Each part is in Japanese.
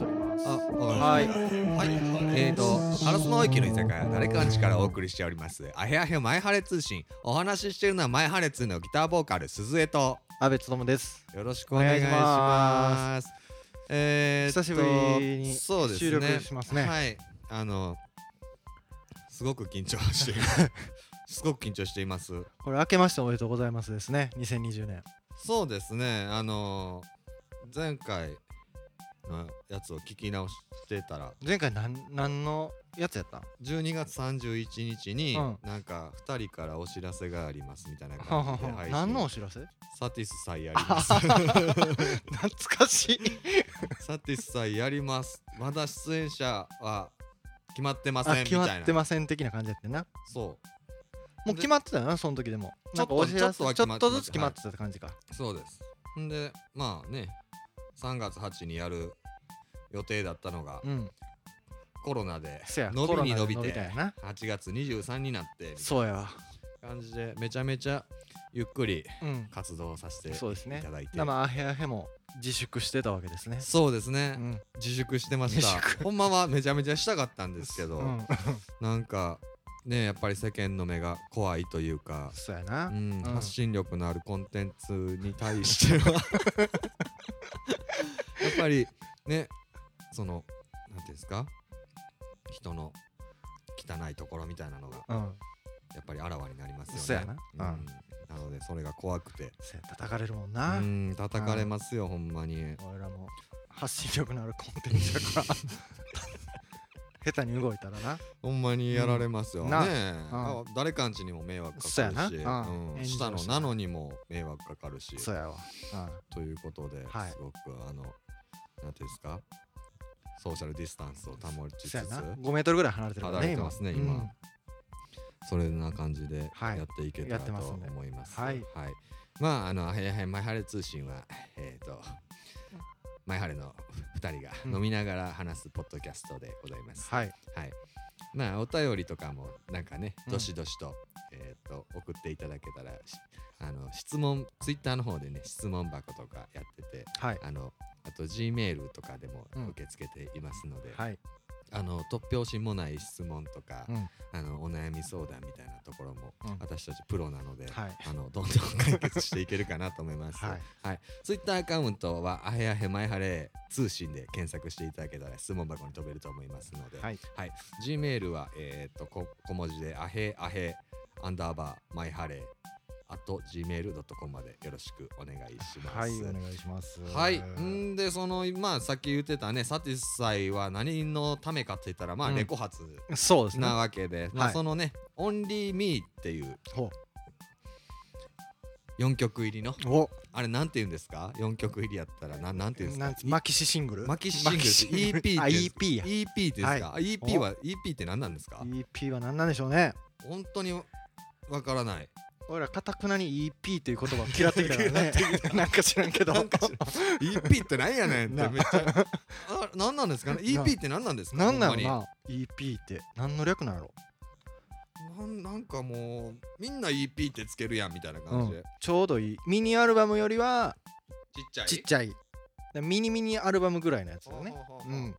あ、ははいい。えっ、と、ハラスの池の居酒屋、誰かんちからお送りしております。あへあへ前晴れ通信。お話ししてるのは前晴れ通のギターボーカル、鈴江と。安部勉です。よろしくお願いしお願いしま。ますえーっと久しぶりにそうですね収録しますねはい。あの、すごく緊張している すごく緊張しています。これ明けましておめでとうございますですね。2020年。そうですね。あの、前回のやつを聞き直してたら、前回なん何のやつやったん？ 12月31日に、うんなんか2人からお知らせがありますみたいなはは感じでは配信何のお知らせ？ サティスさえやります懐かしい。サティスさえやりますまだ出演者は決まってませんあみ決たいなまってません的な感じやってんな。そもう決まってたよなその時でも。ちょっとなんかお知らせちょっとはち決ょまっっとずつ決決ままっってたって感じか。うそうですんでまあね3月8にやる予定だったのが、うん。コロナでせや。伸びに伸びコロナでたんてやな。 8月23になってみたいそうやわ。な感じでめちゃめちゃゆっくりうん。活動させていそうですねただいて生アヘアヘも自粛してたわけですね。そうですね、うん。自粛してました自ほんまはめちゃめちゃしたかったんですけど、うん。なんかねやっぱり世間の目が怖いというか、そうやなう。んん発信力のあるコンテンツに対して はやっぱりねそのなんていうんですか人の汚いところみたいなのがうん。やっぱりあらわになりますよね。そうやなうんんなのでそれが怖くてせや叩かれるもんうな。ん叩かれますよほんまに。俺らも発信力のあるコンテンツ だから下手に動いたらなほんまにやられますよ、うんねなえ、うんあ誰かんちにも迷惑かそうやかなるし、うんうん炎上下のしなのにも迷惑かかるしそうやわ、ということで、はいすごくあのなんていうんですかソーシャルディスタンスを保ちつつそうやな5メートルぐらい離れてるからね離れてますね今うんそれな感じではいやっていけたやらっとてますんで思います。はいまああの「はいはいはいマイハレ通信は」えっ、とマイハレの2人がうん飲みながら話すポッドキャストでございます。はいはい。まあお便りとかもなんかね、うんどしどしと、えっ、と送っていただけたらし、あの質問ツイッターの方でね質問箱とかやってて、はいあのあと G メールとかでもうん受け付けていますので、はい、あの突拍子もない質問とか、うんあのお悩み相談みたいなところも、うん私たちプロなので、はいあのどんどん解決していけるかなと思います。 はい、ツイッターアカウントはあへあへまいはれ通信で検索していただけたら質問箱に飛べると思いますので、はい、はい、G メールは、えーっとこ小文字であへあへアンダーバーマイハレあと gmail.com までよろしくお願いします。はい、お願いしますはい、んでそのまあさっき言ってたねサティス祭は何のためかって言ったらまあうんレコ発そうですねなわけで、まあ、はいそのね「オンリーミーっていうほ4曲入りのうおあれなんて言うんですか4曲入りやったらななんて言うんなでんすかマキシシングルマキシシングルマキシって EP あって EP や EP ってですか、EP おは EP って何なんですか EP は何なんでしょうね本当にわからない俺らかたくなに EP という言葉を嫌ってきたからね なんか知らんけどなんか知らん EP って何やねんってなめっちゃあ何なんですかね EP って何なんですかなんなほんんまにやろな EP って何の略なんやろなんなんかもうみんな EP ってつけるやんみたいな感じで、うんちょうどいいミニアルバムよりはちっちゃいちっちゃいだミニミニアルバムぐらいのやつだほうねほうほううほうん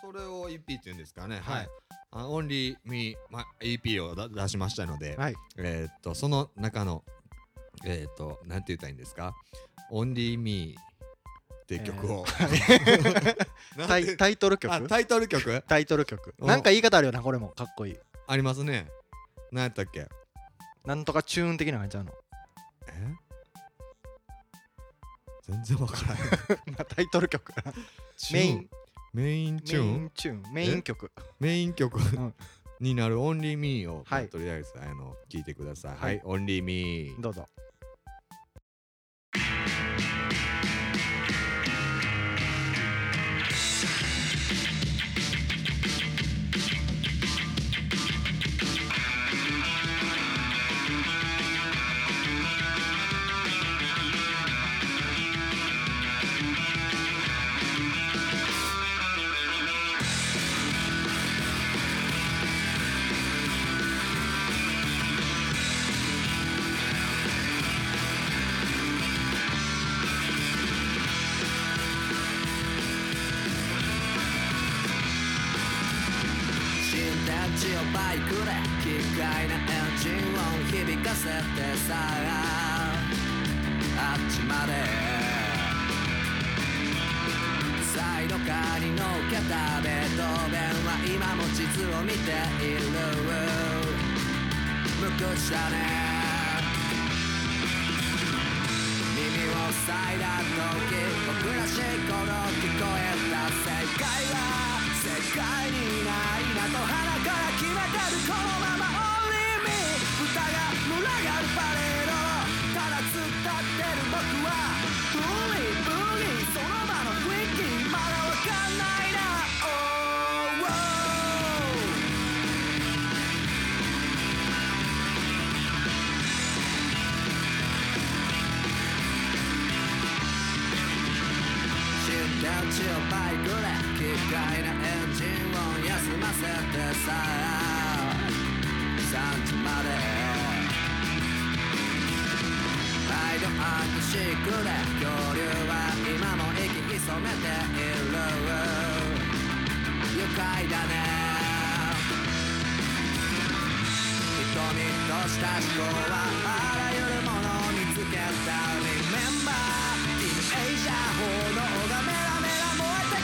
それを EP って言うんですかねはいはいあオンリーミー、ま、EP をだ出しましたので、はいえーっとその中のえーっとなんて言ったらいいんですかオンリーミーって曲を、なん タてイタイトルあ曲タイトル曲タイトル曲おなんか言い方あるよなこれもかっこいいありますね何やったっけなんとかチューン的な感じなのえ全然わからないタイトル曲メインメインメチュイーンンチューンメイン曲メイン曲、んになる「オンリーミーを、はいとりあえずあの聞いてください。は、はいいオンリーミーどうぞ「チをバイクで奇怪なエンジン音響かせてさあっちまでサイドカーに乗っけたベートーベンは今も地図を見ている無口だね耳を塞いだ時僕らしい頃聞こえた世界は世界にないなと鼻から決めてるこのまま Only me 歌が群がるパレードただ突っ立ってる僕は Bully Bully その場の雰囲気まだわかんないな Oh, oh. 新天地をバイクで機械なエンジンを休ませてさ3時までライドアンドシークで恐竜は今も息潜めている愉快だね瞳とした思考はあらゆるものを見つけた Remember in Asia 炎がメラメラ燃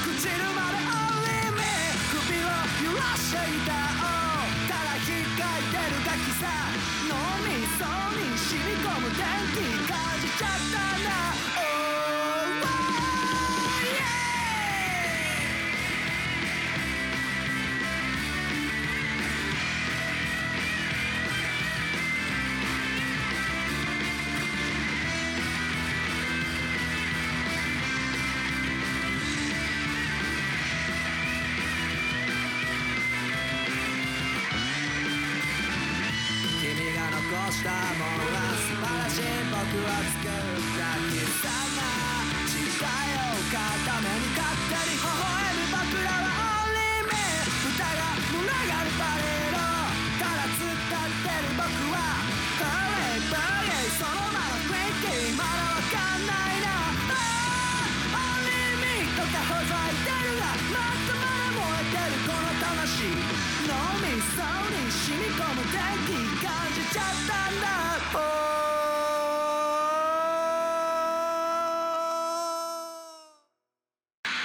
えて朽ちるまで Only me 首を揺らしていた、oh、ただ光ってるガキさ脳みそに染み込む電気感じちゃったんだ Oh, oh yeah! 君が残したものは素晴らしい僕は作った貴様時代を固めに勝手に微笑む僕らは Only me 歌が群がるパレードただ突っ立ってる僕は Bully Bully そのまま雰囲気まだわかんないなあー Only me とかほざいてるがまたまだ燃えてるこの魂脳みそに染み込む電気感じちゃったんだ Oh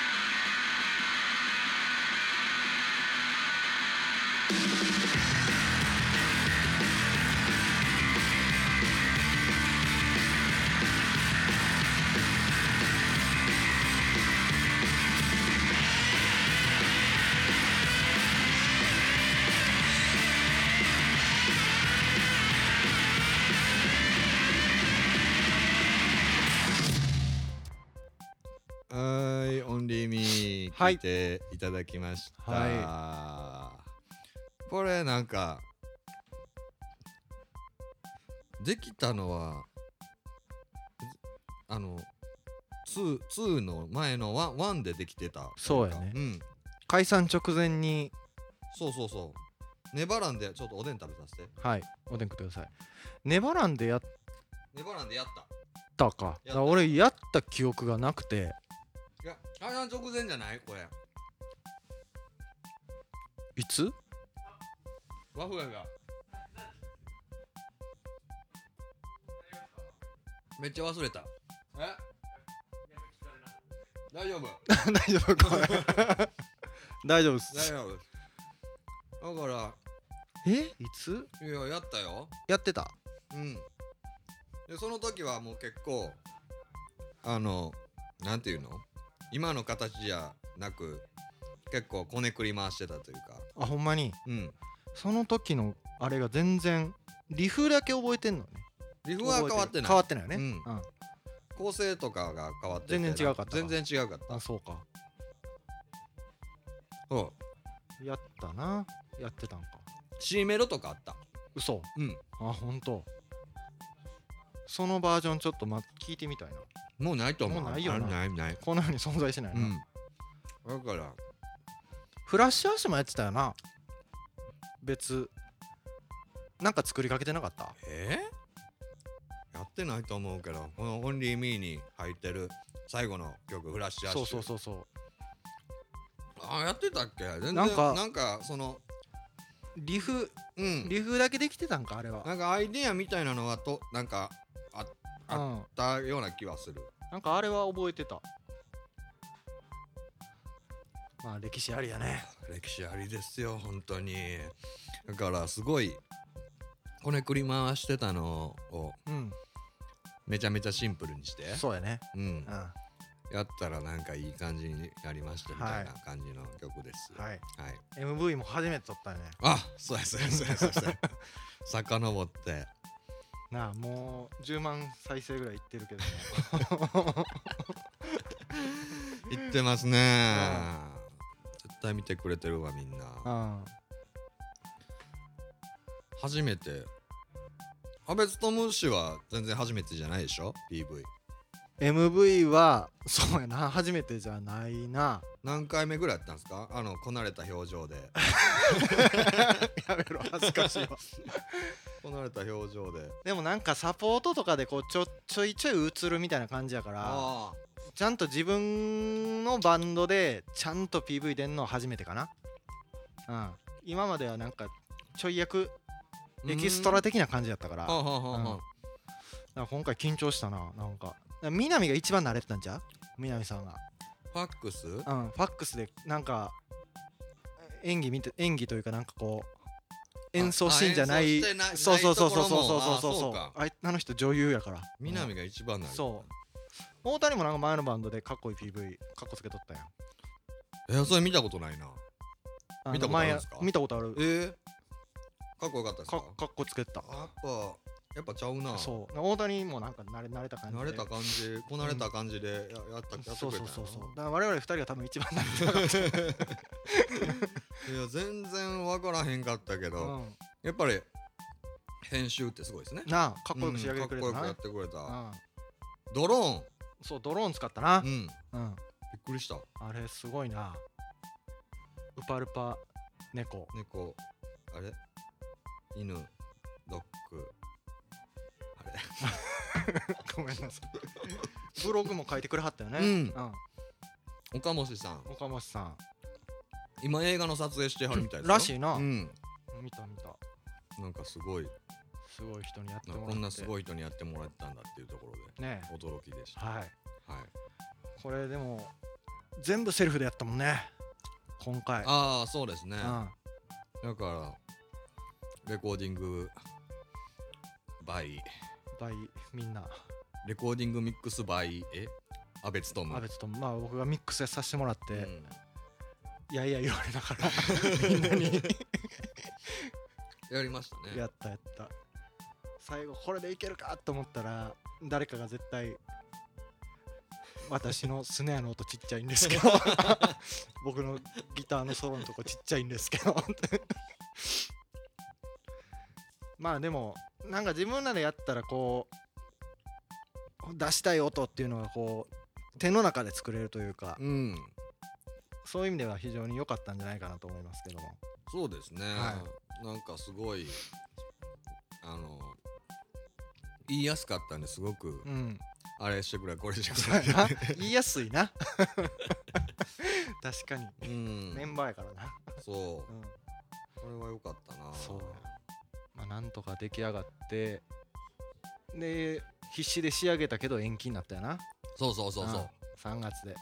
はい、オンリーミーは聞いいていただきました。はこれなんかできたのはあの 2, 2の前の 1, 1でできてた。そうやねうん、解散直前にそうそうそう。ネバランでちょっとおでん食べさせて。はいおでん食ってくださいネバランでやっネバランでやった。たかやっただから俺やった記憶がなくていや、あれは直前じゃないこれ。いつ和風やが。めっちゃ忘れた。え大丈夫。大丈夫これ 大丈夫大っす丈夫。だかえいつら、いや、やったよ。やってたうん。で、その時はもう結構、あの、なんていうの今の形じゃなく、結構こねくり回してたというか。あほんまにうん。その時のあれが全然リフだけ覚えてんのねリフは変わってない変。わってないよねううん構成とかが変わってて全然違うかった全然違うかったあそうかそうやったなやってたんか C メロとかあった嘘うんあ本当。そのバージョンちょっとま聞いてみたいなもうないと思うもうないよなあないないこの世に存在しないな、うんだからフラッシュアッシュもやってたよな別なんか作りかけてなかったえー、やってないと思うけどこの「オンリーミーに入ってる最後の曲「フラッシュアッシそュうそうそうそあやってたっけ全然ななんんかかそのリフうんリフだけできてたんかあれはなんかアイデアみたいなのはとなんかあっうあんたような気はするなんかあれは覚えてたまあ歴史ありやね歴史ありですよ本当にだからすごいこねくり回してたのをうんめちゃめちゃシンプルにしてそうやねうんうん、はやったらなんかいい感じになりましたみたいな感じの曲ですいはい、 MV も初めて撮ったよねあそうやそうやそうやそう や遡ってなあもう10万再生ぐらいいってるけどね行ってますね絶対見てくれてるわみん うなん初めて安倍勤氏は全然初めてじゃないでしょ PV MV はそうやな初めてじゃないな何回目ぐらいやったんですかあのこなれた表情でやめろ恥ずかしいわこなれた表情で でもなんかサポートとかでこうちょちょいちょい映るみたいな感じやからああちゃんと自分のバンドでちゃんと PV 出んのは初めてかなうん今まではなんかちょい役エキストラ的な感じやったからはだあかはあはあはあうんら今回緊張したななんか南が一番慣れてたんじゃう南さんがファックスうん、ファックスでなんか演技見て演技というかなんかこう演奏シーンじゃなあ演い奏してないそうそうそうそうそうそうなそいうところもそうあそうあいあの人女優やから南が一番なうんるそう大谷もなんか前のバンドでかっこいい PV かっこつけとったやんえーそれ見たことないなあの見たことあるんすか前や見たことあるえー、かっこよかったですかかかっこつけてたやっぱやっぱちゃうなそう大谷もなんか慣れ慣れた感じで慣れた感じこなれた感じでややったやってくれたそうそうなそうそうだから我々二人が多分一番慣れてたいや全然わからへんかったけど、うんやっぱり編集ってすごいですねなあかっこよく仕上げてくれたうんかっこなよくやってくれた、うんドロそうドローン使ったなーンうんびうんっくりしたあれすごいな。ウパルパ猫。猫あれ犬ドッグあれごめんなさい。ブログも書いてくれはったよね。うんう岡本さんん岡本さん。今映画の撮影してはるみたいですよらしいなうん見た見た。なんかすごいすごい人にやってなもらって。こんなすい。ごい人にやってもらったんだっていうところでねえ。驚きでしたはい。はいこれでも、全部セルフでやったもんね。今回。ああそうですねうん。だからレコーディングバイバイ、みんな。レコーディングミックスバイえ阿部勤あ、別と、まあ僕がミックスさせてもらって、うんいやいや言われながら、みんなに やりましたねやったやった。最後、これでいけるかと思ったら、誰かが絶対、私のスネアの音ちっちゃいんですけ ど僕のギターのソロのとこちっちゃいんですけどまあでもなんか自分らでやったらこう出したい音っていうのがこう手の中で作れるというかうんそういう意味では非常に良かったんじゃないかなと思いますけどもそうですね、はなんかすごいあの言いやすかったんですごく、うんあれしてくれこれしてそうやくなれ言いやすい な確かにうんメンバーやからな、そううんこれは良かったなそうまあ、なんとか出来上がってで必死で仕上げたけど延期になったよなそうそうそうそう3月で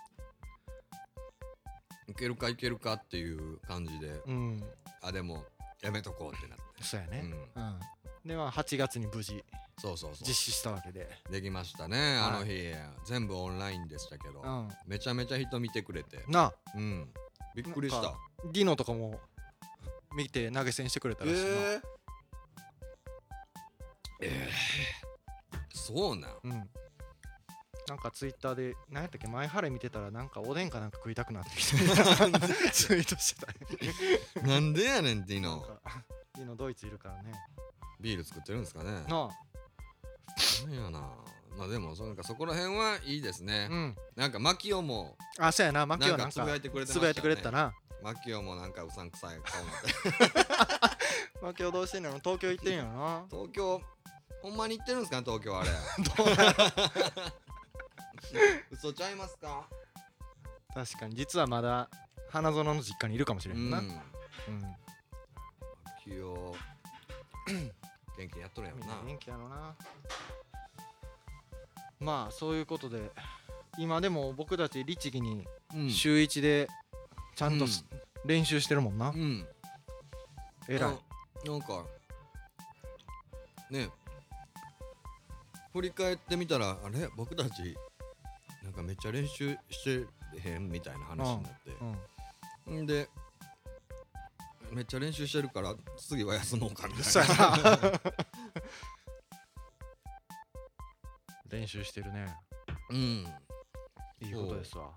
いけるかいけるかっていう感じでうんあでもやめとこうってなってそうやうねんうん、でまあ8月に無事そうそうそ実う施したわけでできましたねあの日全部オンラインでしたけどうんめちゃめちゃ人見てくれてなあうんびっくりしなんたかディノとかも見て投げ銭してくれたらしいな、えーえーそうなんうんなんかツイッターで何やったっけ前晴れ見てたらなんかおでんかなんか食いたくなってき てツイートしてたなんでやねんっていうなんのかディノドイツいるからねビール作ってるんですかねななんやなまあでもそうなんかそこら辺はいいですあねうんなんかマキオもあそうやなマキオはななんんかかつぶやいてくれてましたよねつぶやいてくれてたなマキオもなんかうさんくさい顔になって マキオどうしてんの東京行ってんやろな東京ほんまに行ってるんですかね東 京あれ嘘ちゃいますか確かに実はまだ花園の実家にいるかもしうれんな、うんんマ起 用元気にやっとるんやろみんなな元気やろなまあそういうことで今でも僕たち律儀にうん週1でちゃんとす、練習してるもんなうんえらいななんかね振り返ってみたらあれ僕たちなんかめっちゃ練習してへんみたいな話になって、 うんんでめっちゃ練習してるから次は休もうかみた そういやなな練習してるねうんいいことですわ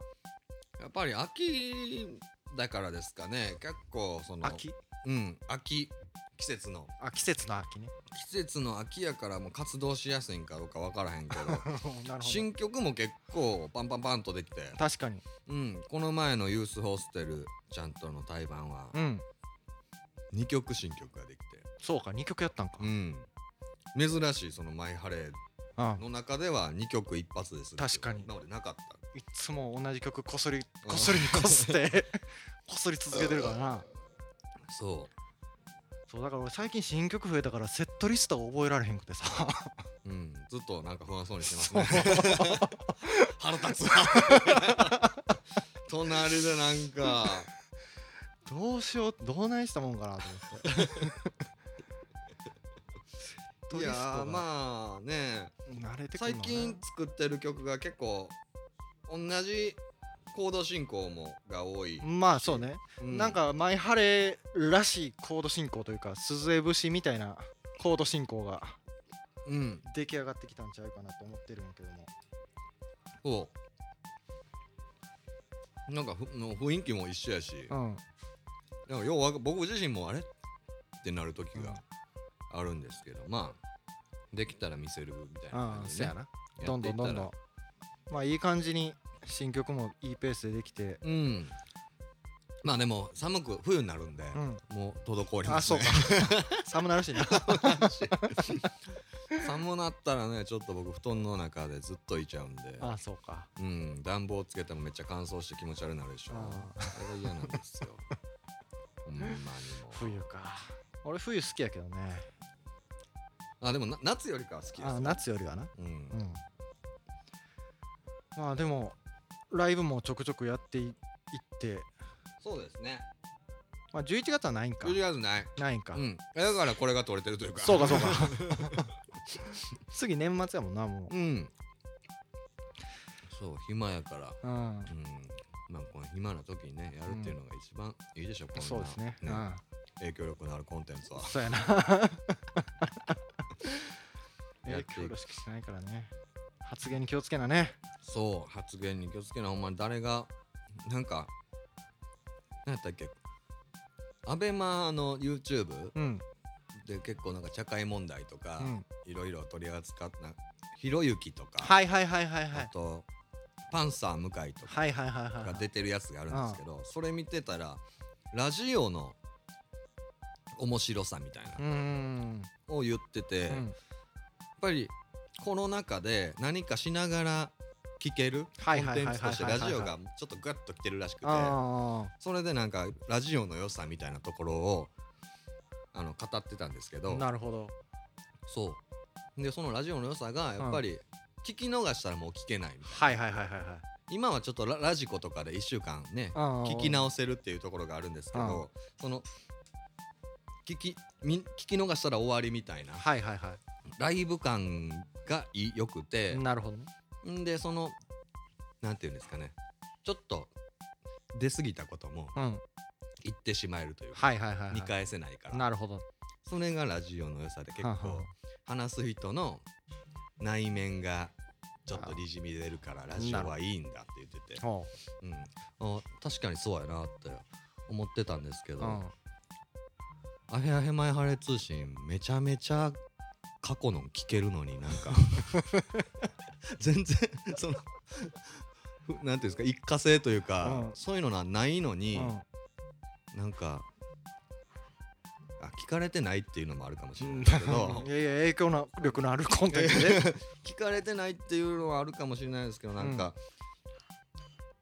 やっぱり秋だからですかね結構その秋うん秋季節のあ季節の秋ね季節の秋やからもう活動しやすいんかどうか分からへんけど なるほど新曲も結構パンパンパンとできて、確かにうん、この前のユースホステルちゃんとの対バンはうん2曲新曲ができて、そうか2曲やったんか、うん、珍しいその「マイハレー」あの中では2曲一発でする確かに今までなかったいつも同じ曲こそりこそりこすって こそり続けてるからなそそうだから俺最近新曲増えたからセットリストを覚えられへんく てさう、うん、ずっとなんか不安そうにしてそうますね 腹立つわ隣でなんかどうしようどうないしたもんかなと思ってセットい リストやがーまあね慣れてく最るのはね近作ってる曲が結構同じコード進行もが多い、まあそうね、うなんかマイハレーらしいコード進行というか鈴江節みたいなコード進行がうん出来上がってきたんちゃうかなと思ってるんやけどもそうなんかふの雰囲気も一緒やし、うんなんかようわか僕自身もあれってなる時があるんですけど、まあできたら見せるみたいなあ感あじそで、やね、なやどっんていどっんたどらんどんまあいい感じに新曲もいいペースでできてうんまあでも寒く冬になるんで、うんもう滞りあますそうね か寒なるしな寒なったらねちょっと僕布団の中でずっといちゃうんであそうかうん暖房つけてもめっちゃ乾燥して気持ち悪くなるでしょあそれが嫌なんです よほんまにもう冬か俺冬好きやけどねあでもな夏よりかは好きですあ夏よりはなうんうんまあでもライブもちょくちょくやっていいってそうですねまあ11月はないんかとりあえずないないんかうんだからこれが取れてるというかそうかそ うか次年末やもんなもうんそう暇やからううんうんまあこの暇な時にねやるっていうのが一番いいでしょ、こんなそうですねうん影響力のあるコンテンツはそう やなやっ影ていく響力しかないからね発言に気をつけなねそう発言に気をつけなほんまに誰がなんか何やったっけアベマの YouTube うんで結構なんか社会問題とかうんいろいろ取り扱ったひろゆきとか、はいはいはいはいはあいとパンサー向井とかはいはいはいはいはがい出てるやつがあるんですけどそれ見てたらラジオの面白さみたいなうーんを言ってて、うやっんぱりコロナ禍で何かしながら聞けるコはいンはいテはいンはいはいツとしてラジオがちょっとグッときてるらしくてあそれでなんかラジオの良さみたいなところをあの語ってたんですけあどなるほどそうでそのラジオの良さがやっぱり聞き逃したらもう聞けないみたいなはいはいはいはいはい今はちょっとララジコとかで1週間ね聞聞き直せるっていうところがあるんですけどその聞きみ聞き逃したら終わりみたいなはいはいはライブ感がいよくていなるほどねんでそのなんていうんですかねちょっと出過ぎたこともうん言ってしまえるというかはいはいはいはい見返せないからなるほどそれがラジオの良さで結はあは構話す人の内面がちょっとにじみ出るからラジオはいいんだって言ってて、ほうん、あ確かにそうやなって思ってたんですけうど、うんアヘアヘマイハレ通信めちゃめちゃ過去の聞けるのになん か全然そのふなんていうんですか一過性というか、うんそういうのはないのに、うなんかあ聞かれてないっていうのもあるかもしれないんですけど いやいや影響の力のあ るコンテンツで聞かれてないっていうのはあるかもしれないですけどなんか、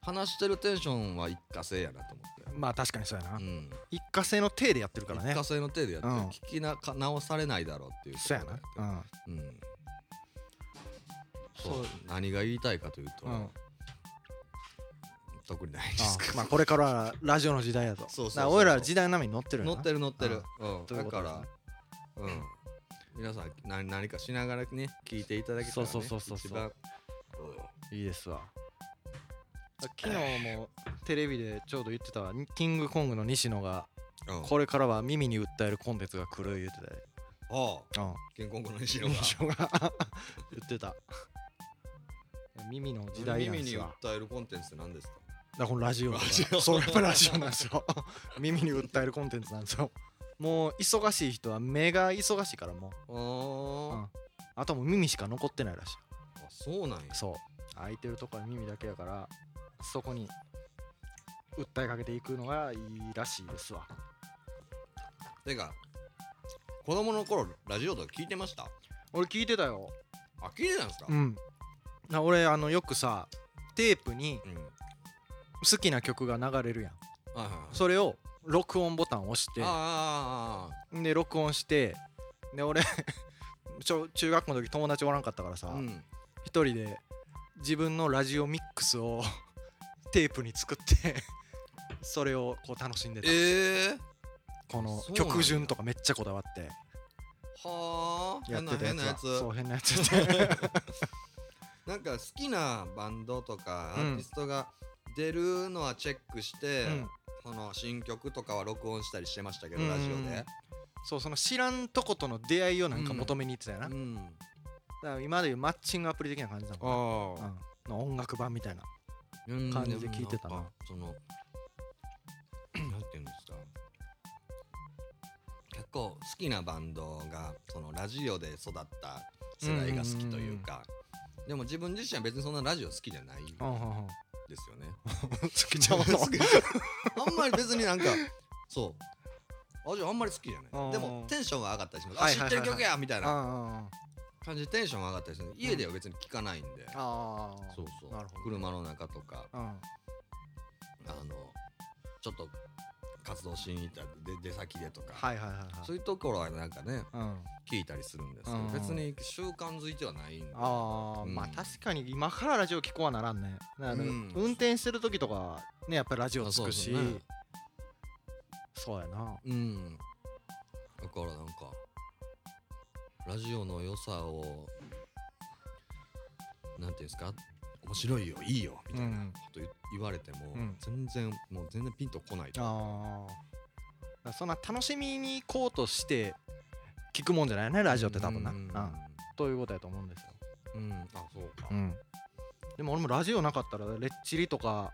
話してるテンションは一過性やなと思って、まあ確かにそうやな、うん、一過性の体でやってるから一ね過性の程度やってる、うん聞きなか直されないだろうっていうそうやなことやってるうんそうそう何が言いたいかというと、うん、うん、あ特にないです けど、まあこれからはラジオの時代やとそうそうそうだから俺ら時代の波に乗ってるよ 乗なってる乗ってる、うん、というだこかとですねら、うん、皆さん何何かしながらね聞いていただけたら、ね、そうそうそうそう一番いいですわ昨日もテレビでちょうど言ってたわキングコングの西野がうん、うん、あこれからは耳に訴えるコンテンツが来る言ってあたよ、健康の西う野ん、が西野が言ってた耳の時代なん耳ですによ訴えるコンテンツって何ですかだからこのラジオとかラジオそうやっぱラジオなんですよ耳に訴えるコンテンツなんですよもう忙しい人は目が忙しいからもあう、ー、うんあともう耳しか残ってないらしいあそうなんやそう空いてるとこは耳だけやからそこに訴えかけていくのがいいらしいですわてか子供の頃ラジオとか聞いてました俺聞いてたよあ聞いてたんですかうんな俺あのよくさテープにうん、好きな曲が流れるやんはいはいはいそれを録音ボタンを押してあで録音してで俺 ちょ中学校の時友達おらんかったからあさ、ああああうん一人で自分のラジオミックスを テープに作ってそれをこう楽しんでた、ええこのそうなんや曲順とかめっちゃこだわってはあや変っなてたや変つなはやつそう変なやつやって なんか好きなバンドとかアうんーティストが出るのはチェックして、うんその新曲とかは録音したりしてましたけど、うんラジオで、そうその知らんとことの出会いをなんか求めに行ってたよな、うだん、から今でいうマッチングアプリ的な感じだもんあうんの音楽版みたいな感じで聞いてたななんかそのなんていうんですか結構好きなバンドがそのラジオで育った世代が好きというか、でも自分自身は別にそんなラジオ好きじゃないんうんうん うんですよね。つけちゃうの あんまり別になんかそうあじゃああんまり好きじゃうなんいでもテンションが上がったりします、はいあは知っいはいはいてる曲やみたいなうんうんうん感じでテンションが上がったりする家では別に聴かないんで、ああそうそうなるほど車の中とかうんあのちょっと活動しに行ったで出先でとか、はいはいはいはいそういうところはなんかねうん、あ聞いたりするんですけど、うん別に習慣づいてはないんであー、うんまあ確かに今からラジオ聞こうはならんねだからうん運転してる時とかねやっぱりラジオつくしあそそううですねやなうんだからなんかラジオの良さをなんていうんですか面白いよいいよみたいなこと言,、われても、うん全然もう全然ピンとこないとああそんな楽しみに行こうとして聞くもんじゃないよねラジオって多分な、うんうんということやと思うんですよ、うんうんあそうか、でも俺もラジオなかったらレッチリとか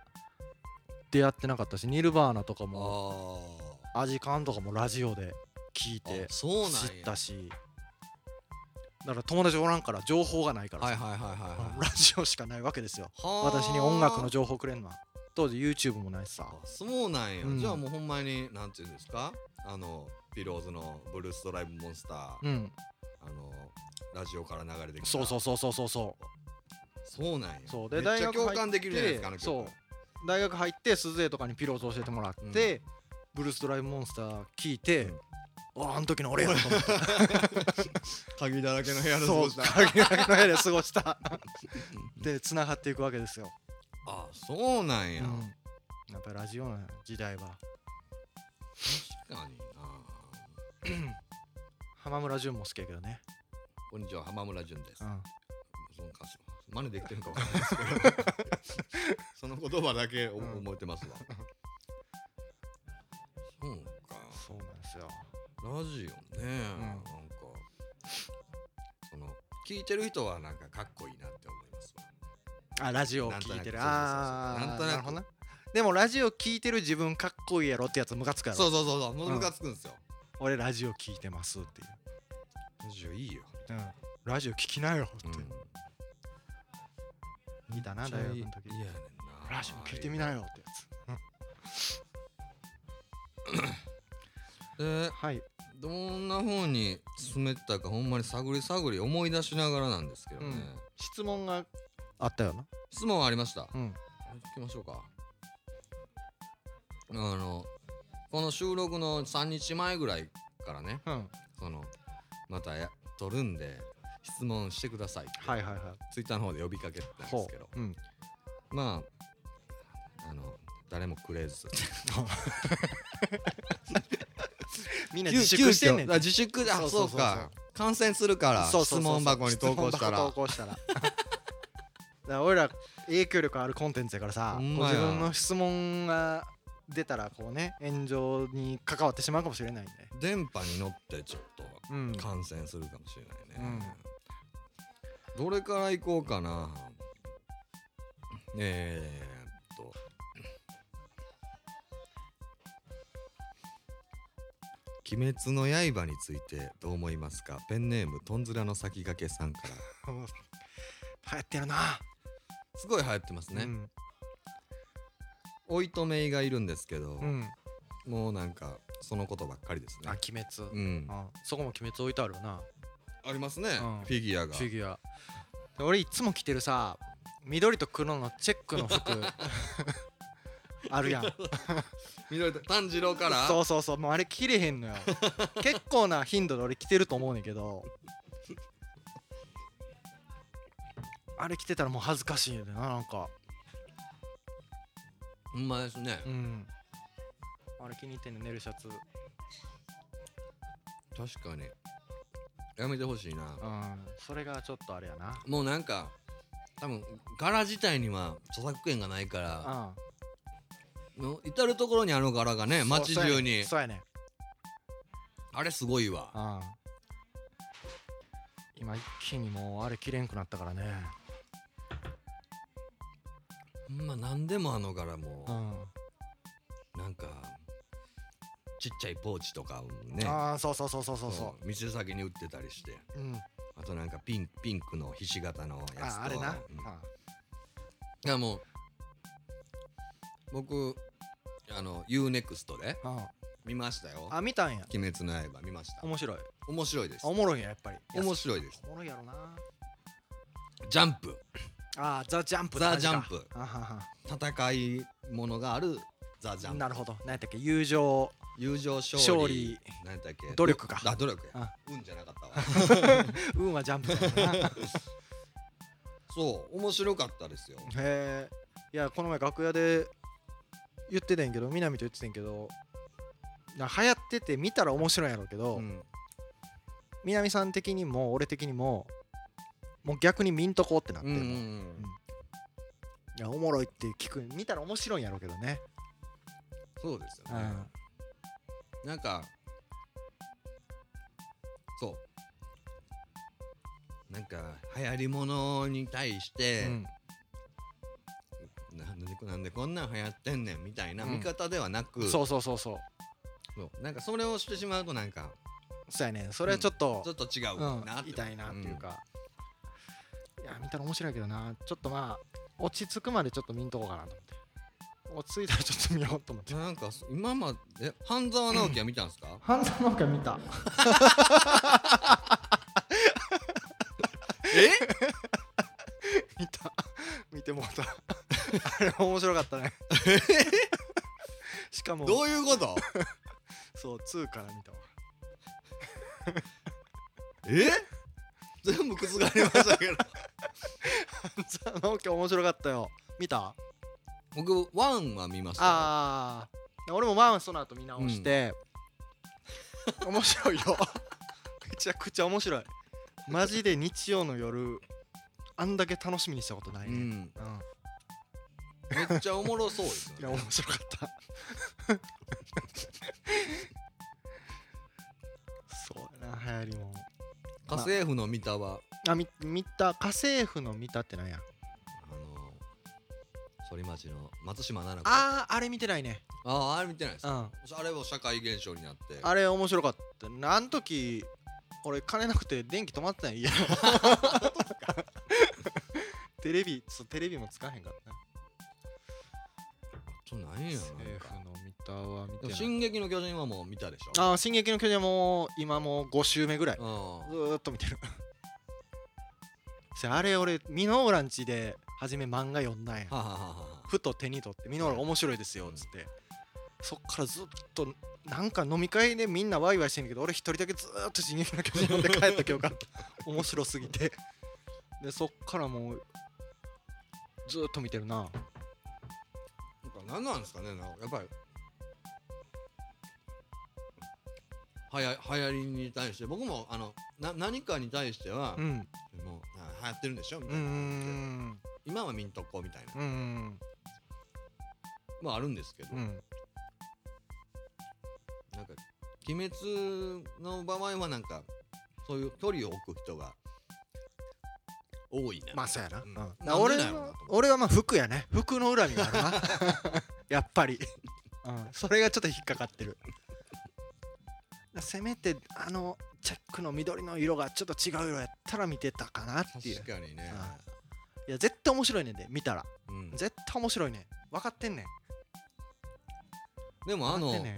出会ってなかったしニルバーナとかあもーアジカンとかもラジオで聞いてあそうなんや知ったしだから友達おらんから情報がないからさはいはいはいはいはいラジオしかないわけですよはー私に音楽の情報くれんのは当時 YouTube もないしさあそうなんや、うんじゃあもうほんまになんていうんですかあのピローズのブルーストライブモンスター、うんあのラジオから流れてきたそうそうそうそうそうそそうなんやそうめでっ大ちゃ学共入感できるじゃないですかあっのて曲そう大学入って鈴江とかにピローズ教えてもらって、ブルース・ドライブ・モンスター聞いて、うんああの時の俺やと 思って鍵だらけの部屋で過そごうした鍵だけの部屋で過ごしたで繋がっていくわけですよ、あそうなんうんや、、やっぱりラジオの時代は確かにな浜村淳も好きやけどね、こんにちは浜村淳です、うん、その歌詞真似できてるかわかんないですけ どその言葉だけおうん覚えてますわ、そうかそうなんですよラジオね、なんかその聞いてる人はなんかかっこいいなって思いますわあラジオを聞いてるなあんとなくーそうそうそうそうなんとなくるほどなでもラジオ聞いてる自分かっこいいやろってやつムカつくやろそうそうそうそうもううんムカつくんですよ、俺ラジオ聞いてますっていう、ラジオいいよラジオ聞きなよって、うんいたなめっちゃい大い学の時いやねんなラジオ聞いてみなよってやつではいどんな方に進めてたかほんまに探り探り思い出しながらなんですけどね、うん質問があったよな質問はありましたうん今きましょうかあのこの収録の3日前ぐらいからねうんそのまたや撮るんで質問してくださいってはいはいはツイッターの方で呼びかけたんでいすけどう、うん、まああの誰もくれずみんな急自粛してんねん急遽あ自粛であそうそそううかそう感染するからそうそうそうそう質問箱に投稿した質問箱ら投稿したら だから俺ら影響力あるコンテンツやからさほこうんまや自分の質問が出たらこうね炎上に関わってしまうかもしれないんで電波に乗ってちょっとうん感染するかもしれないね、どれから行こうかなえー、っと「鬼滅の刃」についてどう思いますかペンネームとんずらの先駆けさんから流行ってるなすごい流行ってますね、うんおいとめいがいるんですけど、うんもうなんかそのことばっかりですねあ鬼滅うんう、んそこも鬼滅置いてあるよなありますね、うんフィギュアがフィギュアで俺いつも着てるさ緑と黒のチェックの 服あるやん緑と炭治郎からそうそうそうもうあれ切れへんのよ結構な頻度で俺着てると思うねんけどあれ着てたらもう恥ずかしいよななんかほんまですね、うんあれ気に入ってんの寝るシャツうん確かにやめてほしいなそれがちょっとあれやなもうなんか多分柄自体には著作権がないからうんの至る所にあの柄がね街そう中にそうやねんそうあれすごいわやねんうん今一気にもうあれ着れんくなったからねほんま何でもあの柄もうんなんかちっちゃいポーチとかをねああそうそうそうそうそうそうん店先に売ってたりしてううんあとなんかピンピンクのひし形のやつあとあれなうんいやもう僕あの UNEXT でうんうん見ましたよあ見たんや「鬼滅の刃」見ました面白い面白いですあおもろいんややっぱり面白いですおもろいやろなジャンプああザ・ジャンプザジャンプあはは戦いものがあるザ・ジャンプなるほど何やったっけ友情友情勝利勝利何やったっけ努力かあ努力やあ運じゃなかったわ運はジャンプ だよなへそう面白かったですよ えいやこの前楽屋で言ってたんやけど南と言ってたんやけどな流行ってて見たら面白いんやろうけど、うん南さん的にも俺的にももう逆に見んとこうってなっうてんる、ういんやおもろいって聞く見たら面白いんやろうけどねそうですうよんねなんかそうなんか流行りものに対して、うんなんでなんでこんなん流行ってんねんみたいなうん見方ではなく、そうそうそうそうそうなんかそれをしてしまうとなんかそうやねそれはちょっと、ちょっと違ううんな、って痛いなっていうか、いや見たら面白いけどなちょっとまあ落ち着くまでちょっと見んとこうかなと思って落ち着いたらちょっと見ようと思ってうんなんか今まで半沢直樹は見たんですか、半沢直樹は見たえ見た 見てもうた あれ面白かったねしかもどういうことそう2から見たわ え全部覆りましたけど半沢直樹面白かったよ見た僕ワンは見ましたよああ俺もワンその後見直して、面白いよめちゃくちゃ面白いマジで日曜の夜あんだけ楽しみにしたことないうね、うんん、めっちゃおもろそうですいよやね面白かったそうやな流行りもん家政婦の三田はあみ見た家政婦の見たってなんやあの反町の松島奈々子あああれ見てないねあーあれ見てないですうかんあれも社会現象になってあれ面白かったあん時俺金なくて電気止まってない 家テレビそうテレビもつかへんかったなちょっと何やなん政か府の三田は見でてもない進撃の巨人はもう見たでしょああ「進撃の巨人」はもう今もう5週目ぐらいずうんーっと見てるせやあれ俺美濃浦んちで初め漫画読んだんやははははふと手に取って「ミノル面白いですよ」っつってそっからずっとなんか飲み会でみんなワイワイしてんけど俺一人だけずーっと死人の巨人読んで帰った記 憶があった面白すぎてでそっからもうずーっと見てるななんか何なんですかねなんかやっぱりはや流行りに対して僕もあのな何かに対しては、うんもうあ流行ってるんでしょみうたいな、ん今は見んとこみたいな、うんうんまああるんですけど、うんなんか「鬼滅」の場合はなんかそういう距離を置く人が多いな、まあそうやな,、ううんん、なんでだなろう俺なは俺はまあ服やね服の恨みがある なやっぱり、うん、それがちょっと引っかかってるせめてあのチェックの緑の色がちょっと違う色やったら見てたかなっていう確かにね、いや絶対面白いねんで見たらうん、絶対面白いねん分かってんねんでもあ分のかってんねん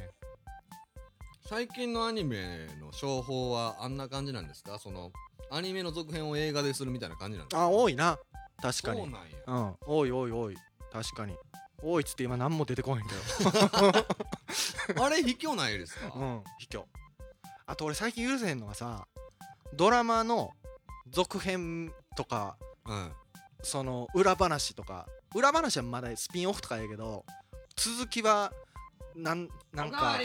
最近のアニメの商法はあんな感じなんですかそのアニメの続編を映画でするみたいな感じなんですかあ多いいな確かそうになんやうん多い多い多い確かに多いっつって今何も出てこないんだ よあれ卑怯ないですか、 うん卑怯あと俺最近許せへんのがさドラマの続編とかうんその裏話とか裏話はまだスピンオフとかやけど続きはなんなんか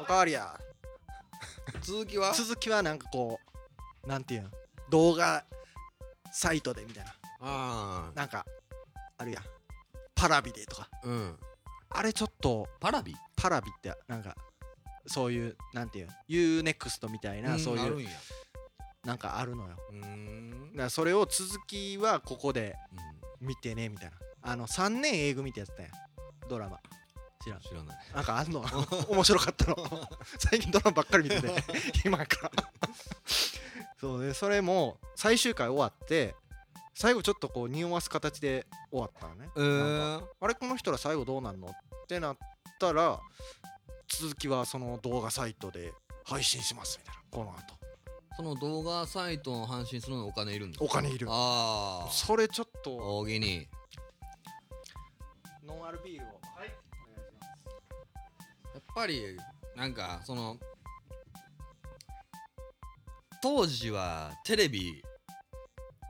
おかわりや続きは続きはなんかこうなんていうん動画サイトでみたいなああなんかあるやんパラビでとかうんあれちょっとパラビパラビってなんかそういうなんていう UNEXT みたいな、んそうあいるんうやなんかあるのようーんだからそれを続きはここで見てねみたいなあの3年 A 組ってやつだよドラマ知らうんん知らないなんかあんの 面白かったの 最近ドラマばっかり見て て今からそうねそれも最終回終わって最後ちょっとこう匂わす形で終わったのね、えなんかー、あれこの人ら最後どうなんのってなったら続きはその動画サイトで配信しますみたいなこの後その動画サイトの配信するのお金いるんですかお金いるああそれちょっと大喜利ノンアルビールをはいお願いしますやっぱりなんかその当時はテレビ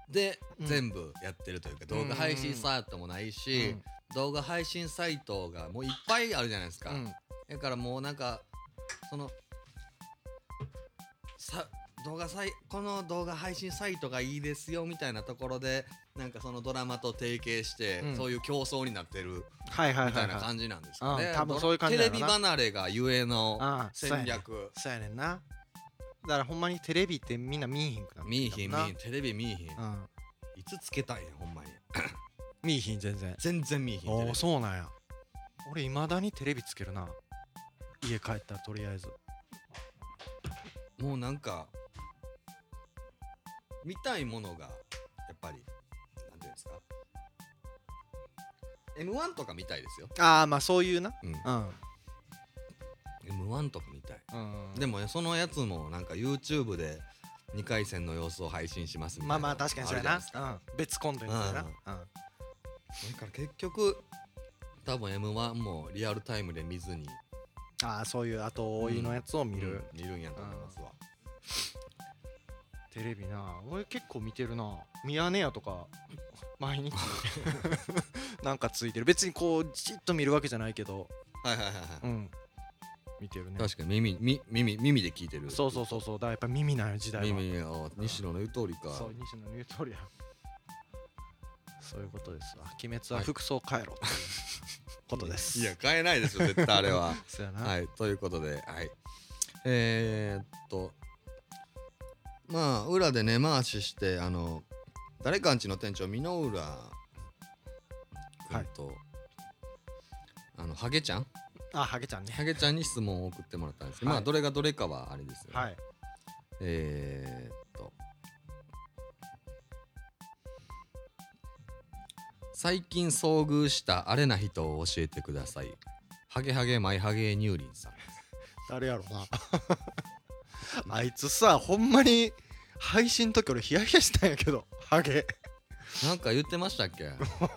でうん全部やってるというか、動画配信サイトもないし、動画配信サイトがもういっぱいあるじゃないですか、うんだからもうなんかそのさ動画サイこの動画配信サイトがいいですよみたいなところでなんかそのドラマと提携して、うんそういう競争になってるはいはいみはたいいなはい感じなんですかね、うん多分そういう感じテなレのかビな離れがゆえのああ戦略そうやねんなだからほんまにテレビってみんな見えへんくなって見えきたひん見もえひんテレビ見えひんなうんいつつけたんやほんまに見えひん全然全然見えひんテレおビおそうなんや俺いまだにテレビつけるな家帰ったらとりあえずもうなんか見たいものがやっぱりなんていうんですか M1 とか見たいですよ、ああまあそういうなうん、うん、 M1 とか見たいうん、でもねそのやつもなんか YouTube で2回戦の様子を配信しますみたいまなあまあ確かにそうやなあるじゃいでうん、別コンテンツやな、うんすかだから結局多分 M1 もリアルタイムで見ずにああそういう後追いのやつを見る、うん見るんやと思いますわテレビな俺結構見てるなミヤネ屋とか毎日 なんかついてる別にこうじっと見るわけじゃないけどはいはいはいはういん見てるね確かに耳み耳耳で聞いてるそうそうそうそうだからやっぱ耳なんよ時代は耳を西野の言う通りかそう西野の言う通りやそういうことですわ鬼滅ははい服装変 えろっていうことですいや変えないです よ絶対あれはそうやな、はいということではいえー、っとまあ裏で根回ししてあの誰かんちの店長箕浦君と、あのハゲちゃんあハゲちゃんハねゲちゃんに質問を送ってもらったんですけど、はまいあどれがどれかはあれですよ、ねはいえー、っと最近遭遇したアレな人を教えてくださいハゲハゲマイハゲニューリンさん誰やろ な あいつさほんまに配信の時俺ヒヤヒヤしたんやけどハゲなんか言ってましたっけ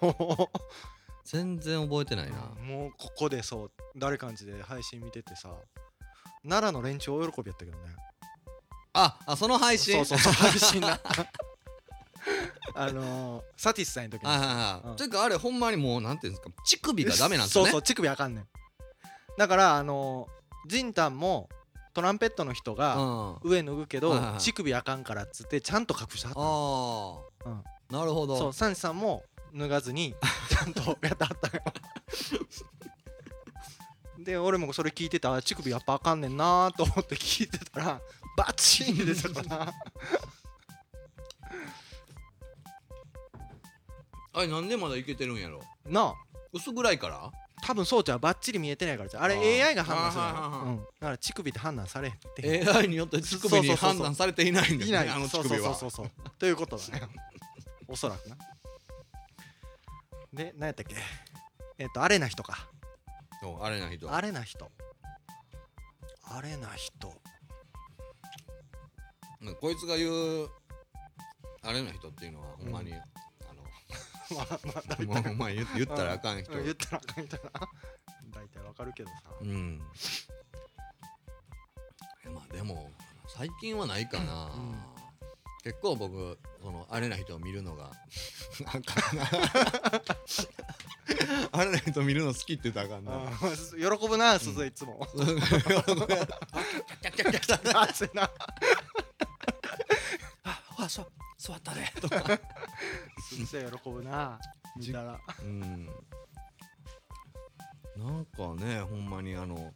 も全然覚えてないなうここでそう誰かんちで配信見ててさ奈良の連中大喜びやったけどねああその配信そうそうそう配信な あのー、サティスさんの時 にはいはいはうんいというかあれほんまにもうなんていうんですか乳首がダメなんですよねそうそう乳首あかんねんだからあのー、ジンタンもトランペットの人うんがあ上脱ぐけど、はいはいはい乳首あかんからっつってちゃんと隠してはったのあうんーなるほそうどサンジさんも脱がず にちゃんとやってはったのよで俺もそれ聞いてたあ乳首やっぱあかんねんなと思って聞いてたらバチンって出てた からあれなんでまだいけてるんやろなあ薄暗いから多分そうちゃうバッチリ見えてないからちゃうあれあー AI が判断するのよあーはいはいはいうん、だから乳首って判断されへんっていう AI によって乳首に判断されていないんですいね ないあのそ乳うそ首うそうはそうそうということだね おそらくなで何やったっけえっ、とあれな人かそうあれな人あれな人あれな人うんこいつが言うあれな人っていうのはほんまに、あ まあまあのもうほんまに言言ったらあかん人うん言ったらあかんみたいな大体わかるけどさうんえまあでも最近はないかな、うんうん結構僕そのあれな人を見るのがあかんな あれな人見るの好きって言ったらあかんなあー喜ぶな鈴江いつもキャッキャッキャッキャッ 熱いなああそう座ったでとか鈴江喜ぶ な見たらうんなんかねほんまにあの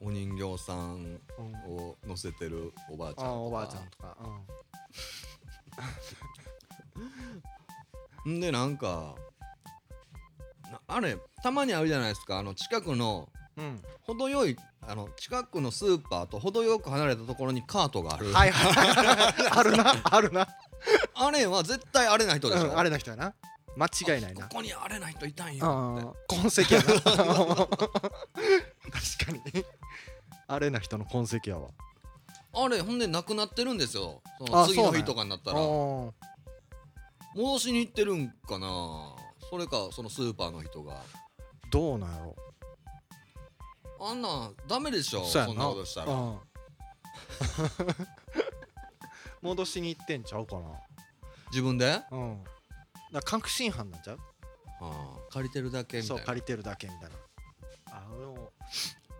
お人形さんうんを乗せてるおばあちゃんあとかーおばあちゃんとかうんんでなんかなあれたまにあるじゃないですかあの近くのうん、程よいあの近くのスーパーと程よく離れたところにカートがある、はいはい あるなあるなあれは絶対あれない人でしょ、うんあれな人やな間違いないなここにあれない人いたんあやー痕跡や な確かにあれな人の痕跡やわあれほんでなくなってるんですよそあの次そうのなんや日とかになったらああ戻しに行ってるんかなそれかそのスーパーの人がどうなんやろあんなんダメでしょそうやんなことしたらうん 戻しに行ってんちゃうかな自分で、はうんだから確信犯なんちゃうあ、借りてるだけみたそいうな借りてるだけみたいなあ俺も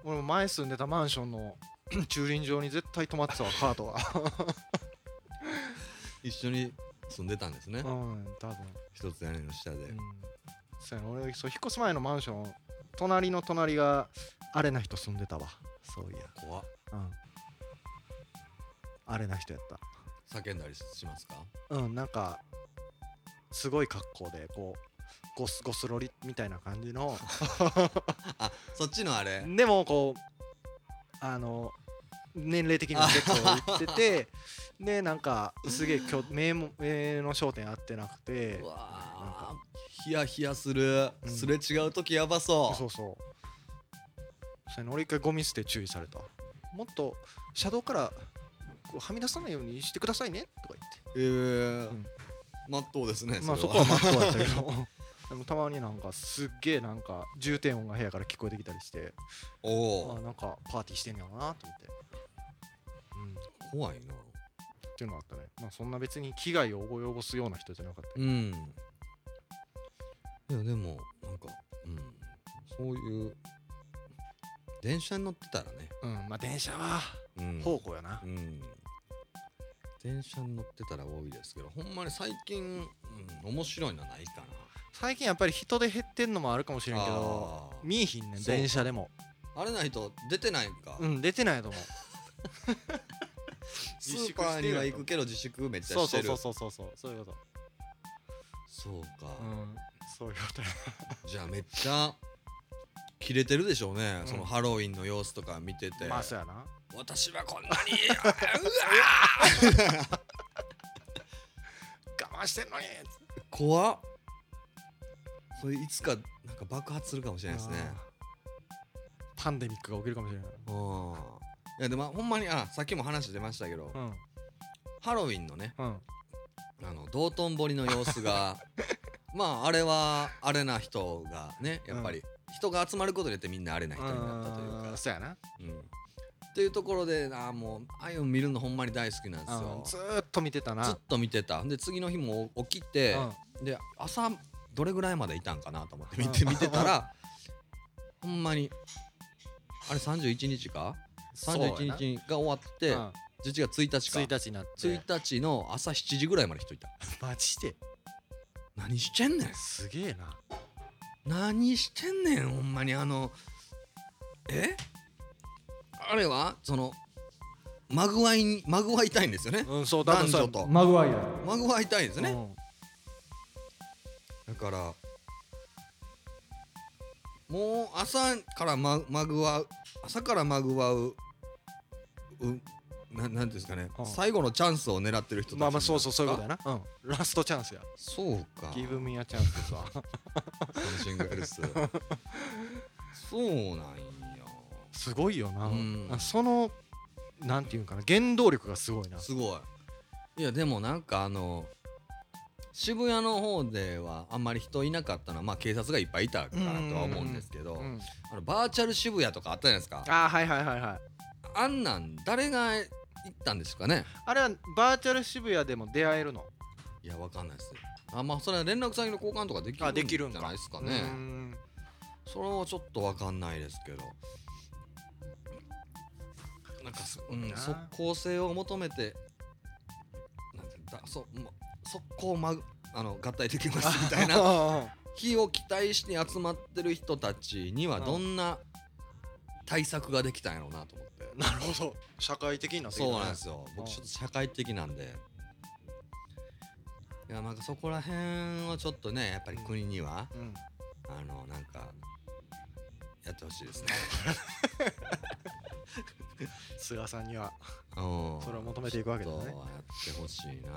俺も前住んでたマンションの 駐輪場に絶対止まってたわカー トが一緒に住んでたんですね、うん多分一つ屋根の下で、うんそうやな俺そう引っ越す前のマンション隣の隣があれな人住んでたわそういや怖っうんあれな人やった叫んだりしますかうんなんかすごい格好でこうゴスゴスロリみたいな感じのあそっちのあれでもこうあの年齢的にも結構いっててでなんかすげえ今日目も目の焦点合ってなくてうわなあヒヤヒヤする、うんすれ違う時やばそうそうそうそれに俺一回ゴミ捨て注意されたわもっと車道からこうはみ出さないようにしてくださいねとか言ってええーうんまっとうですねまあそれこはマットだったけど でもたまになんかすっげえなんか重低音が部屋から聞こえてきたりしておあおなんかパーティーしてんやろなと思って、うん、っ怖いなていうのがあったねまあそんな別に危害を及ぼすような人じゃなかったけうんいやでもなんかうんそういう電車に乗ってたらねどうんまあ電車はうん方向やなうん電車に乗ってたら多いですけどほんまに最近、うん、面白いのはないかな最近やっぱり人で減ってんのもあるかもしれんけどあー見えひんねんそうか電車でもあれないと出てないんか、うん出てないと思うスーパーには行くけど自粛めっちゃそうしてそるうそうそうそうそうそういうことそうか、うんそういうことやじゃあめっちゃキレてるでしょうね、うんそのハロウィンの様子とか見てて、まあそうやな私はこんなに我慢してんのに 怖っそれいつかなんか爆発するかもしれないですねあーパンデミックが起きるかもしれないうんいやでもほんまにあさっきも話出ましたけど、うんハロウィンのねうんあの道頓堀の様子 がまああれはあれな人がねやっぱり人が集まることによってみんなあれな人になったといううかん、そうやなうん、っていうところでああもうああいうの見るのほんまに大好きなんですうんよずーっと見てたなずっと見てたで次の日も起きてで朝どれぐらいまでいたんかなと思って見てう ん見てたらほんまにあれ31日か31日が終わって1 11月1日か日になって1日の朝7時ぐらいまで人いたマジで何してんねんすげえな何してんねんほんまにあのえあれはそのまぐわいにまぐわいたいんですよねうんそう男女とマグワイアまぐわいたいんですねねだからもう朝からままぐわう朝からまぐわううななんですかねうん最後のチャンスを狙ってる人たちまあまあそうそうそういうことあやなうんラストチャンスやそうかギブミアチャンス さこのシング ルスそうなんやすごいよなうんあそのなんていうんかな原動力がすごいなすごいいやでもなんかあの渋谷の方ではあんまり人いなかったのはまあ警察がいっぱいいたからとは思うんですけど、うんあのバーチャル渋谷とかあったじゃないですかあーはいはいはいはいあんなん誰が行ったんですかねあれはバーチャル渋谷でも出会えるのいやわかんないですあまあそれは連絡先の交換とかできるあできるんじかゃないですかうねーんそれはちょっとわかんないですけどなんかそ、うん、な即効性を求めてなんてだそま速攻まぐあの合体できます みた いなあ日を期待して集まってる人たちにはうんどんな対策ができたんやろうなと思ってーなるほど社会的になってきたそねうなんですよ僕うんちょっと社会的なんでいやなんかそこら辺をちょっとねやっぱり国には、うんあのなんかやってほしいですね菅さんにはうんそれを求めていくわけだねちょっとやってほしいな、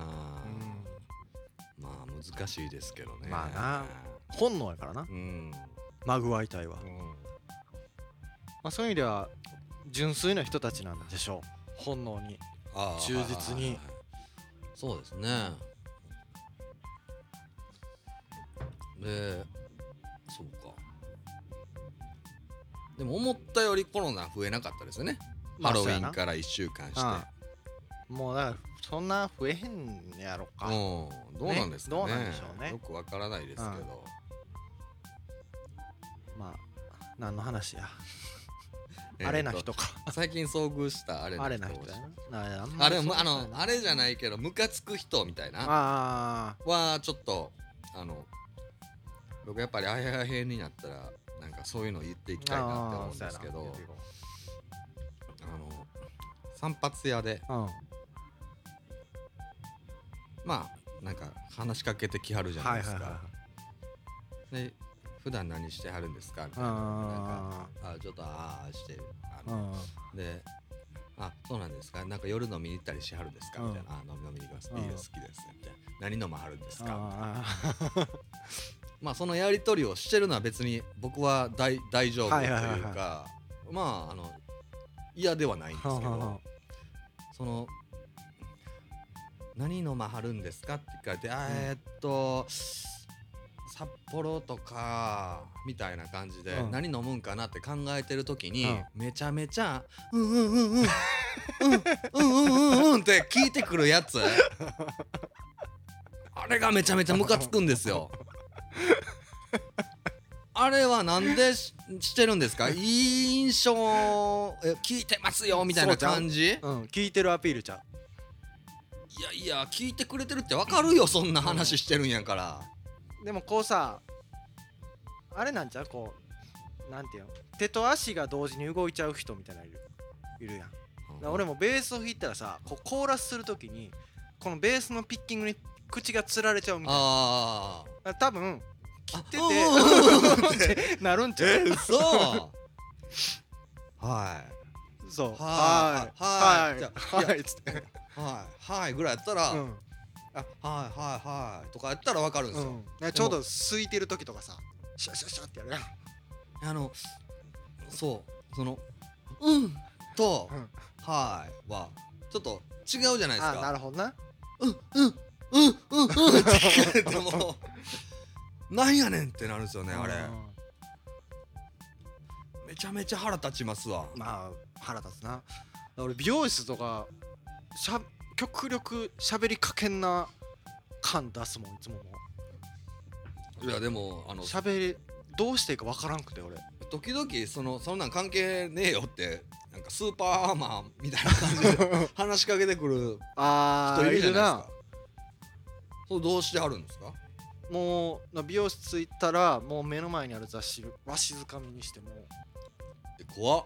まあ難しいですけどねまあな本能やからなうん、マグワイ隊はうんまあ、そういう意味では純粋な人たちなんでしょう本能にあー忠実はいにはいはいそうですねでそうかでも思ったよりコロナ増えなかったですよね、まあハロウそィうやンなから1週間してあもうだからそんな増えへんやろか、うんどうなんですかねねどうなんでしょうねよくわからないですけど、まあ何の話や、えーとあれな人か最近遭遇したあれあれなな人人やなあれあんあまりれそうむあなんのやなあれじゃないけどムカつく人みたいなあはちょっとあの僕やっぱりあややへになったらなんかそういうの言っていきーたいなってあ思ーうんですけそうやどな言うていこあの散髪屋でううんまあなんか話しかけてきはるじゃないはいはいですか、はで普段何してはるんですかみいたいななんかああちょっとああしてあーうのんで「あそうなんですかなんか夜飲みに行ったりしはるんですか?」うんみたいな「あ飲み飲みに行きますビール好きです」みたいな「何飲まはるんですか?」あまあそのやり取りをしてるのは別に僕は大大丈夫というか、はいはいはいまああの嫌ではないんですーけどその「何飲まはるんですか?」って聞かれて「あーうんえーっと札幌とか」みたいな感じでうん何飲むんかなって考えてる時にうんめちゃめちゃ「うんうんうんうん」うんうんうんうんうんって聞いてくるやつあれがめちゃめちゃムカつくんですよあれはなんでししてるんですかいい印象え聞いてますよみたいな感じいやうん聞いてるアピールちゃいや聞いてくれてるってわかるよそんな話してるんやからうでもこうさあれなんちゃうこうなんていうの手と足が同時に動いちゃう人みたいないるいるやんだから俺もベースを弾いたらさこうコーラスするときにこのベースのピッキングに口がつられちゃうみたいなああだから多分切っててなるんちゃえ う嘘はいそうはいはいはいはいはいつってはいはいぐらいやったら、うんあはいはいはいとかやったらわかるんですよ、うんちょうど空いてる時とかさシャシャシャってやるやんあのそうその「うん」と「うんはい」はちょっと違うじゃないですあかなるほどなうんうんうんうんうんって聞かれても なんやねんってなるんですよねあれうんめちゃめちゃ腹立ちますわまあ腹立つな俺美容室とかしゃ極力喋りかけんな感出すもんいつももいやでもあの喋りどうしていいか分からんくて俺時々そのそんなん関係ねえよってなんかスーパーマンみたいな感じ で話しかけてくるあ人いるいじゃないでするなかそうどうしてはるんですかもう美容室行ったらもう目の前にある雑誌わしづかみにしても うえ怖っ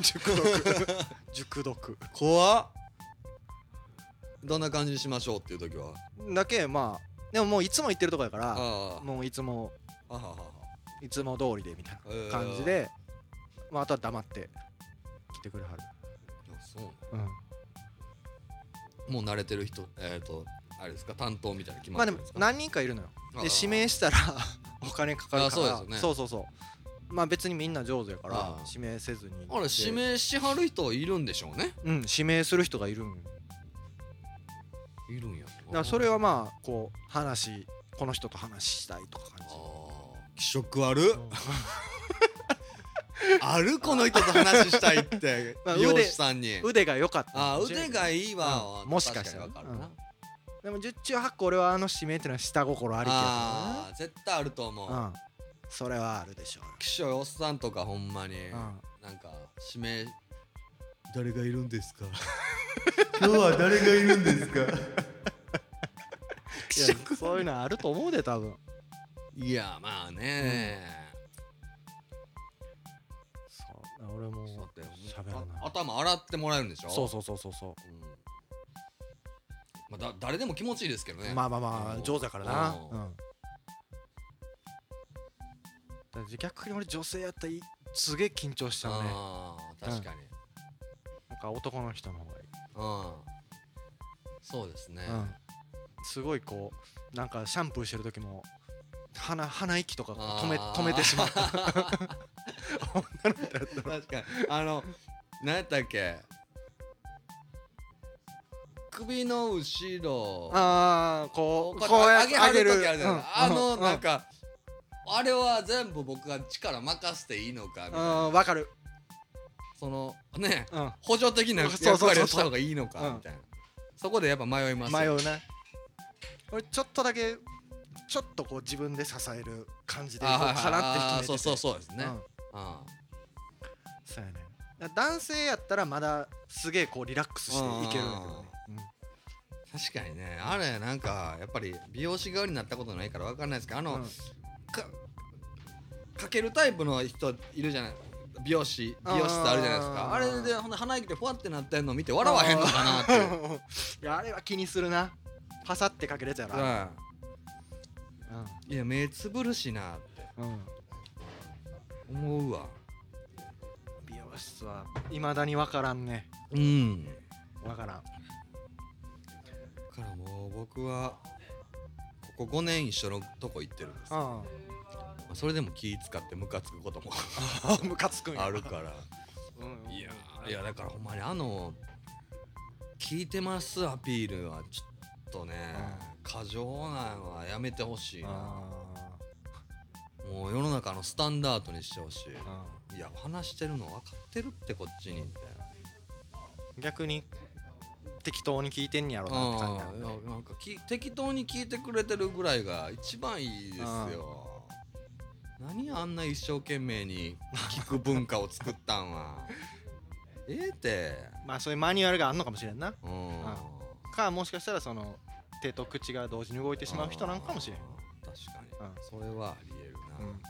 熟読熟読怖っどんな感じにしましょうっていう時はだけまあでももういつも行ってるとこやからあもういつもああははいつも通りでみたいえーな感じで、まあ、あとは黙って来てくれはる、いやそううん、もう慣れてる人えっ、とあれですか担当みたいな決ままっあてでるんもですか、何人かいるのよあでー指名したら お金かかるあかそうらですよねそうそうそうまあ別にみんな上手やかあらー指名せずにあれ指名しはる人いるんでしょうねうん指名する人がいるんだいるんやだからそれはまあこう話この人と話したいとか感あじー気色悪っうんあるこの人と話したいってまあ美容師さんに腕が良かったあのーもしれない腕がいいわ、うんもしかしたら確にわかるな、うんでも十中八個俺はあの指名ってのは下心ありきやあー絶対あると思とう、思うなうんそれはあるでしょ 気象おっさんとかほんまに、ううんなんか指名誰がいるんですか 今日は誰がいるんです かいやそういうのあると思うで多 分いやまあね、そう俺もだって喋らないあ頭洗ってもらえるんでしょそうそうそうそうそううん、まあ、だ誰でも気持ちいいですけどねまあまあまうあん上手やからなううんんだから逆に俺女性やったらいすげえ緊張しちゃうねあー確かに、なんか男の人の方がいいうんそうですね、うんすごいこうなんかシャンプーしてる時も鼻鼻息とかこう止めあー止めて しまう確かにあの何やったっけ首の後ろああこうここううややって上げる時あるじゃない、うんあのうんなんか、あれは全部僕が力任せていいのかみたいなうんわかるそのねうん補助的なそうそ役うそうそう割をした方がいいのかうんみたいなそこでやっぱ迷いますよ迷うな俺ちょっとだけちょっとこう自分で支える感じでいこうあかなっあて決めててそうそうそうですね、うんあそうやねだから男性やったらまだすげえこうリラックスしていけるんだけどね、確かにねあれなんかやっぱり美容師側になったことないから分かんないですけどあうの、んうんかかけるタイプの人いるじゃない美容師美容室あるじゃないですあかーあれでほんで鼻息でふわってなってんの見て笑わへんのかな っていう、いやあれは気にするなパサってかけれちゃうなはうい、いや目つぶるしなってん、思うわ美容室は未だに分からんねうんだ分からんからもう僕はここ5年一緒のとこ行ってるんですよあまあそれでも気使ってムカつくことも あムカつくんやあるからうんいやーいやだからほんまにあの聞いてますアピールはちょっとね過剰なのはやめてほしいなあもう世の中のスタンダードにしてほしーうんいいや話してるの分かってるってこっちにって逆に適当に聞いてんやろなって感じあなんーいだやなんかき適当に聞いてくれてるぐらいが一番いいですよ何あんな一生懸命に聞く文化を作ったん はええってまあそういうマニュアルがあんのかもしれんなうんあかもしかしたらその手と口が同時に動いてしまう人なんかもしれんあー確かに、うんそれはありえるな、うん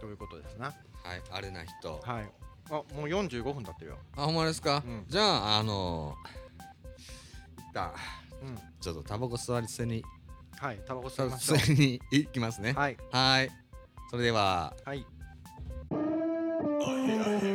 ということですなはいあれな人はいあもう45分経ってるよあほんまですか、うんじゃああのー、一旦うんちょっとタバコ吸わせにはいタバコ吸吸いわましょうせに行きますねはいはいそれでははいあへあへ